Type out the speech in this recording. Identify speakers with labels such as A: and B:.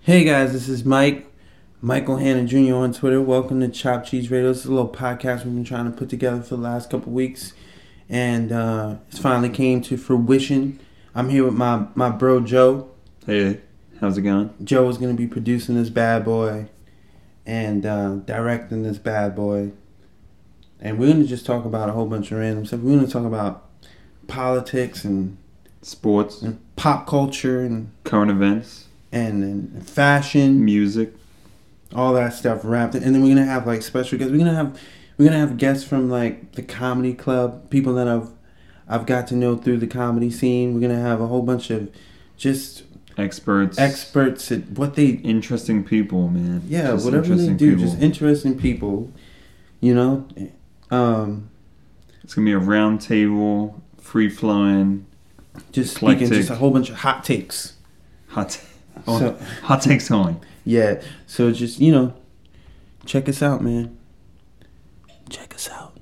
A: Hey guys, this is Mike, Michael Hanna Jr. on Twitter. Welcome to Chop Cheese Radio. This is a little podcast we've been trying to put together for the last couple weeks, and uh, it's finally came to fruition. I'm here with my my bro Joe.
B: Hey, how's it going?
A: Joe is going to be producing this bad boy, and uh, directing this bad boy, and we're going to just talk about a whole bunch of random stuff. We're going to talk about politics and,
B: Sports,
A: and pop culture and,
B: current events,
A: and and fashion.
B: music.
A: all that stuff wrapped in. and then we're gonna have like special guests we're gonna have we're gonna have guests from like the comedy club people that i've i've got to know through the comedy scene we're gonna have a whole bunch of just
B: Experts.
A: experts at what they
B: Interesting people, man.
A: yeah
B: Just
A: whatever they
B: interesting
A: do
B: people.
A: just interesting people you know um
B: it's gonna be a round table, free flowing,
A: just speaking
B: Eclectic.
A: just a whole bunch of hot takes
B: hot, t- on-
A: so
B: hot takes only.
A: yeah so just you know check us out man check us out